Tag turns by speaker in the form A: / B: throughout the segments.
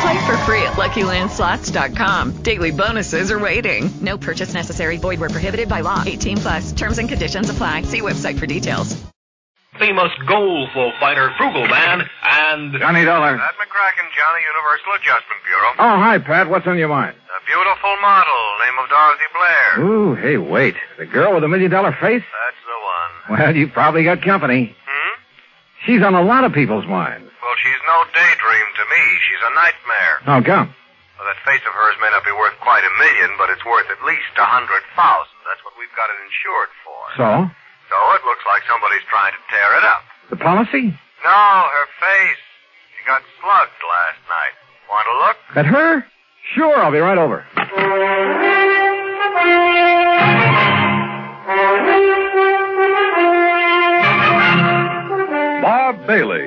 A: Play for free at LuckyLandSlots.com. Daily bonuses are waiting.
B: No purchase necessary. Void where prohibited by law. 18 plus. Terms and conditions apply. See website for details.
C: Famous goalful fighter, frugal man, and...
D: Johnny Dollar.
E: Pat McCracken, Johnny, Universal Adjustment Bureau.
D: Oh, hi, Pat. What's on your mind?
E: A beautiful model, name of Dorothy Blair.
D: Ooh, hey, wait. The girl with the million dollar face?
E: That's the one.
D: Well, you probably got company.
E: Hmm?
D: She's on a lot of people's minds.
E: Well, she's no daydream to me. She's a nightmare.
D: How Oh, come?
E: Well, that face of hers may not be worth quite a million, but it's worth at least a hundred thousand. That's what we've got it insured for.
D: So?
E: So it looks like somebody's trying to tear it up.
D: The policy?
E: No, her face. She got slugged last night. Want to look?
D: At her? Sure, I'll be right over.
F: Bob Bailey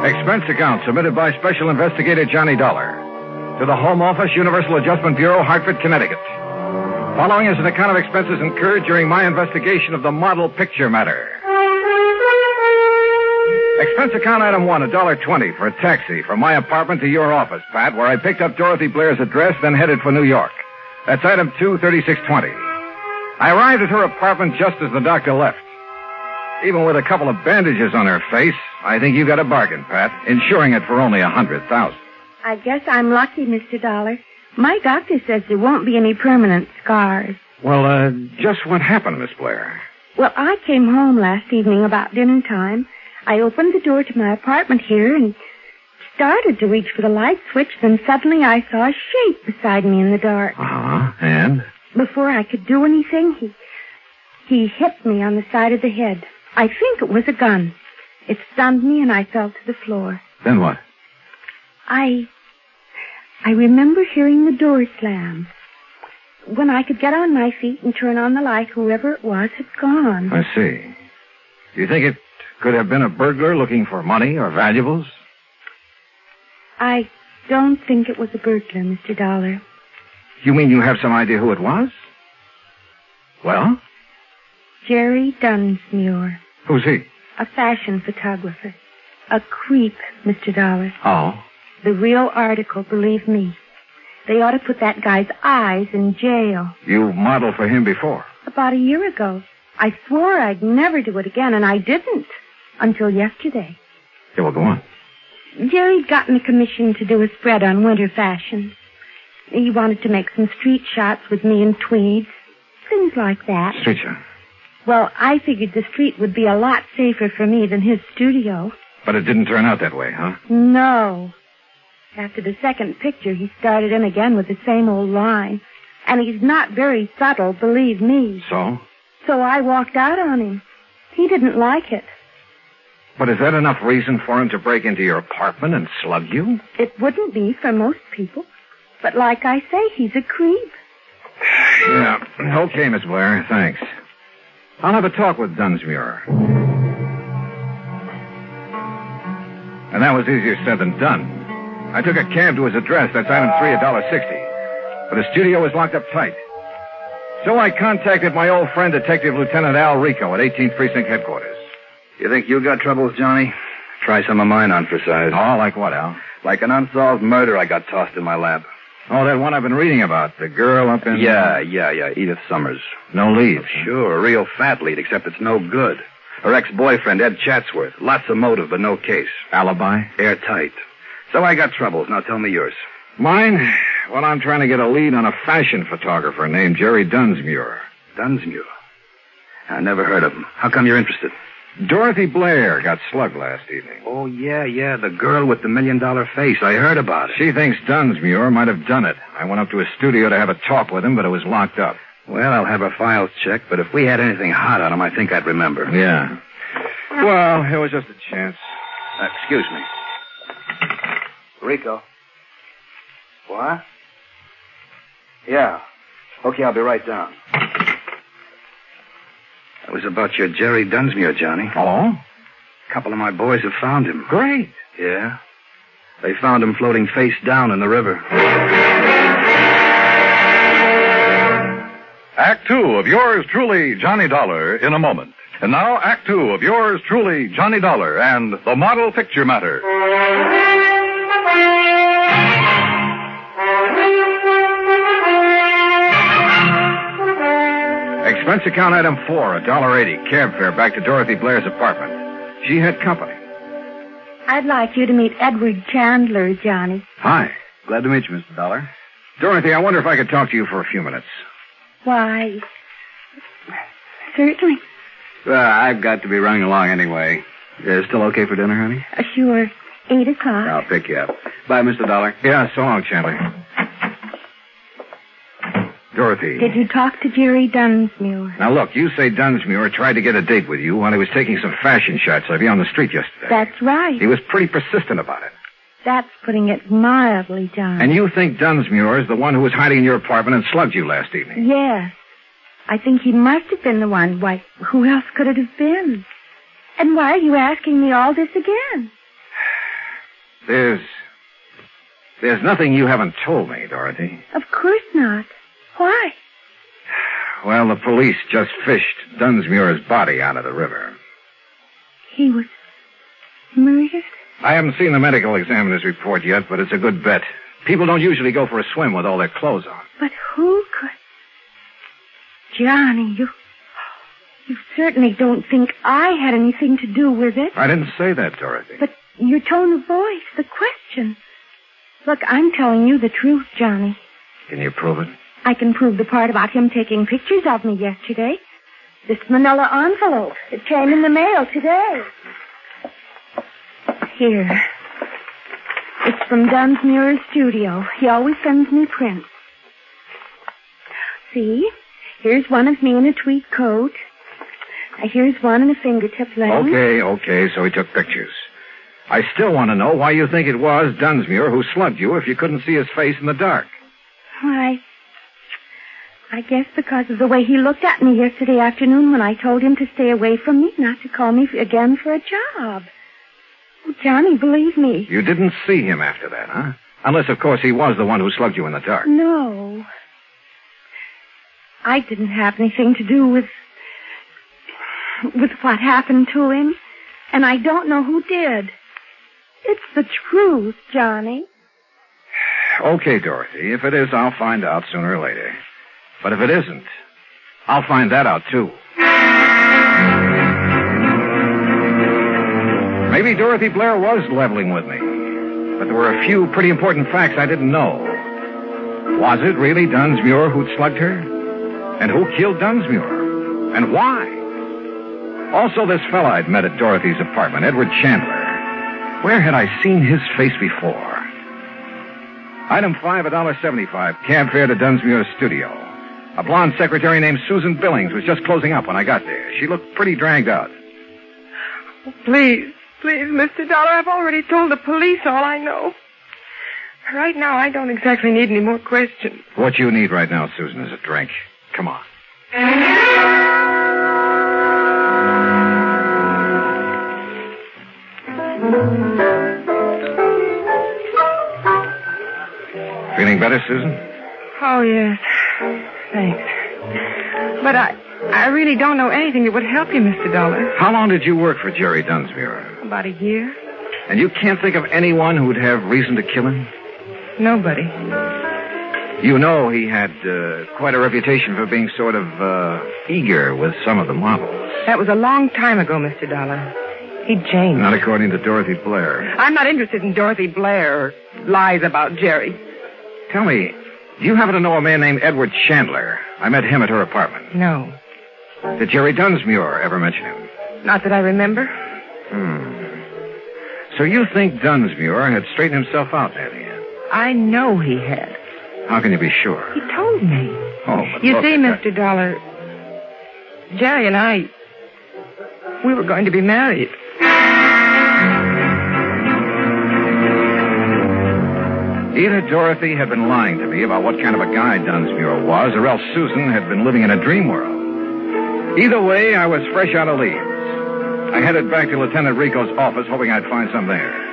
D: Expense account submitted by Special Investigator Johnny Dollar to the Home Office Universal Adjustment Bureau, Hartford, Connecticut. Following is an account of expenses incurred during my investigation of the model picture matter. Expense account item one, a dollar twenty for a taxi from my apartment to your office, Pat, where I picked up Dorothy Blair's address, then headed for New York. That's item two, thirty-six twenty. I arrived at her apartment just as the doctor left. Even with a couple of bandages on her face, I think you got a bargain, Pat, insuring it for only a hundred thousand.
G: I guess I'm lucky, Mr. Dollar. My doctor says there won't be any permanent scars.
D: Well, uh, just what happened, Miss Blair?
G: Well, I came home last evening about dinner time. I opened the door to my apartment here and started to reach for the light switch, then suddenly I saw a shape beside me in the dark.
D: Uh-huh. And?
G: Before I could do anything, he he hit me on the side of the head. I think it was a gun. It stunned me and I fell to the floor.
D: Then what?
G: I I remember hearing the door slam. When I could get on my feet and turn on the light, whoever it was had gone.
D: I see. Do you think it could have been a burglar looking for money or valuables?
G: I don't think it was a burglar, Mr. Dollar.
D: You mean you have some idea who it was? Well,
G: Jerry Dunsmuir,
D: who's he?
G: a fashion photographer. A creep, Mr. Dollar.
D: Oh.
G: The real article, believe me. They ought to put that guy's eyes in jail.
D: You modeled for him before.
G: About a year ago, I swore I'd never do it again, and I didn't until yesterday.
D: Yeah, well, go on.
G: Jerry'd gotten a commission to do a spread on winter fashion. He wanted to make some street shots with me in tweeds, things like that.
D: Street shot.
G: Well, I figured the street would be a lot safer for me than his studio.
D: But it didn't turn out that way, huh?
G: No. After the second picture, he started in again with the same old line. And he's not very subtle, believe me.
D: So?
G: So I walked out on him. He didn't like it.
D: But is that enough reason for him to break into your apartment and slug you?
G: It wouldn't be for most people. But like I say, he's a creep.
D: Yeah. Okay, Miss Blair. Thanks. I'll have a talk with Dunsmuir. And that was easier said than done. I took a cab to his address. That's item three, a dollar sixty. But his studio was locked up tight. So I contacted my old friend, Detective Lieutenant Al Rico at 18th Precinct Headquarters.
H: You think you got troubles, Johnny? Try some of mine on for size.
D: Oh, like what, Al?
H: Like an unsolved murder I got tossed in my lap.
D: Oh, that one I've been reading about. The girl up in.
H: Yeah, yeah, yeah. Edith Summers. Oh,
D: No lead.
H: Sure, a real fat lead, except it's no good. Her ex-boyfriend, Ed Chatsworth. Lots of motive, but no case.
D: Alibi?
H: Airtight. So I got troubles. Now tell me yours.
D: Mine? Well, I'm trying to get a lead on a fashion photographer named Jerry Dunsmuir.
H: Dunsmuir? I never heard of him. How come you're interested?
D: Dorothy Blair got slugged last evening.
H: Oh, yeah, yeah. The girl with the million dollar face. I heard about it.
D: She thinks Dunsmuir might have done it. I went up to his studio to have a talk with him, but it was locked up.
H: Well, I'll have her files checked, but if we had anything hot on him, I think I'd remember.
D: Yeah. Well, it was just a chance.
H: Uh, excuse me. Rico. What? Yeah. Okay, I'll be right down. It was about your Jerry Dunsmuir, Johnny.
D: Hello?
H: A couple of my boys have found him.
D: Great.
H: Yeah. They found him floating face down in the river.
F: Act two of yours truly, Johnny Dollar, in a moment. And now, Act two of yours truly, Johnny Dollar, and the model picture matter.
D: Expense account item four, a dollar eighty. Cab fare back to Dorothy Blair's apartment. She had company.
G: I'd like you to meet Edward Chandler, Johnny.
D: Hi.
H: Glad to meet you, Mr. Dollar.
D: Dorothy, I wonder if I could talk to you for a few minutes.
G: Why, certainly.
D: Uh,
H: Well, I've got to be running along anyway. Uh, still okay for dinner, honey?
G: Uh, sure. Eight o'clock.
H: I'll pick you up. Bye, Mr. Dollar.
D: Yeah, so long, Chandler. Dorothy.
G: Did you talk to Jerry Dunsmuir?
D: Now, look, you say Dunsmuir tried to get a date with you while he was taking some fashion shots of you on the street yesterday.
G: That's right.
D: Uh, He was pretty persistent about it.
G: That's putting it mildly, John.
D: And you think Dunsmuir is the one who was hiding in your apartment and slugged you last evening?
G: Yes. I think he must have been the one. Why, who else could it have been? And why are you asking me all this again?
D: There's. There's nothing you haven't told me, Dorothy.
G: Of course not. Why?
D: Well, the police just fished Dunsmuir's body out of the river.
G: He was murdered?
D: I haven't seen the medical examiner's report yet, but it's a good bet. People don't usually go for a swim with all their clothes on.
G: But who could? Johnny, you. You certainly don't think I had anything to do with it.
D: I didn't say that, Dorothy.
G: But your tone of voice, the question. Look, I'm telling you the truth, Johnny.
D: Can you prove it?
G: I can prove the part about him taking pictures of me yesterday. This manila envelope. It came in the mail today. Here. It's from Dunsmuir's studio. He always sends me prints. See? Here's one of me in a tweed coat. Here's one in a fingertip length.
D: Okay, okay, so he took pictures. I still want to know why you think it was Dunsmuir who slugged you if you couldn't see his face in the dark.
G: Why, I guess because of the way he looked at me yesterday afternoon when I told him to stay away from me, not to call me again for a job. Oh, Johnny, believe me.
D: You didn't see him after that, huh? Unless, of course, he was the one who slugged you in the dark.
G: No. I didn't have anything to do with. with what happened to him. And I don't know who did. It's the truth, Johnny.
D: Okay, Dorothy. If it is, I'll find out sooner or later. But if it isn't, I'll find that out too. Maybe Dorothy Blair was leveling with me, but there were a few pretty important facts I didn't know. Was it really Dunsmuir who'd slugged her? And who killed Dunsmuir? And why? Also, this fellow I'd met at Dorothy's apartment, Edward Chandler. Where had I seen his face before? Item five, a dollar seventy-five. Cab fare to Dunsmuir's studio. A blonde secretary named Susan Billings was just closing up when I got there. She looked pretty dragged out.
I: Please, please, Mr. Dollar, I've already told the police all I know. Right now, I don't exactly need any more questions.
D: What you need right now, Susan, is a drink. Come on. Feeling better, Susan?
I: Oh, yes. Thanks. But I
G: I really don't know anything that would help you, Mr. Dollar.
D: How long did you work for Jerry Dunsmuir?
G: About a year.
D: And you can't think of anyone who'd have reason to kill him?
G: Nobody.
D: You know he had uh, quite a reputation for being sort of uh, eager with some of the models.
G: That was a long time ago, Mr. Dollar. He changed.
D: Not according to Dorothy Blair.
G: I'm not interested in Dorothy Blair or lies about Jerry.
D: Tell me, do you happen to know a man named Edward Chandler? I met him at her apartment.
G: No.
D: Did Jerry Dunsmuir ever mention him?
G: Not that I remember.
D: Hmm. So you think Dunsmuir had straightened himself out, Annie?
G: I know he had.
D: How can you be sure?
G: He told me.
D: Oh, but
G: You
D: look,
G: see,
D: I-
G: Mr. Dollar, Jerry and I, we were going to be married.
D: Either Dorothy had been lying to me about what kind of a guy Dunsmuir was, or else Susan had been living in a dream world. Either way, I was fresh out of leaves. I headed back to Lieutenant Rico's office, hoping I'd find some there.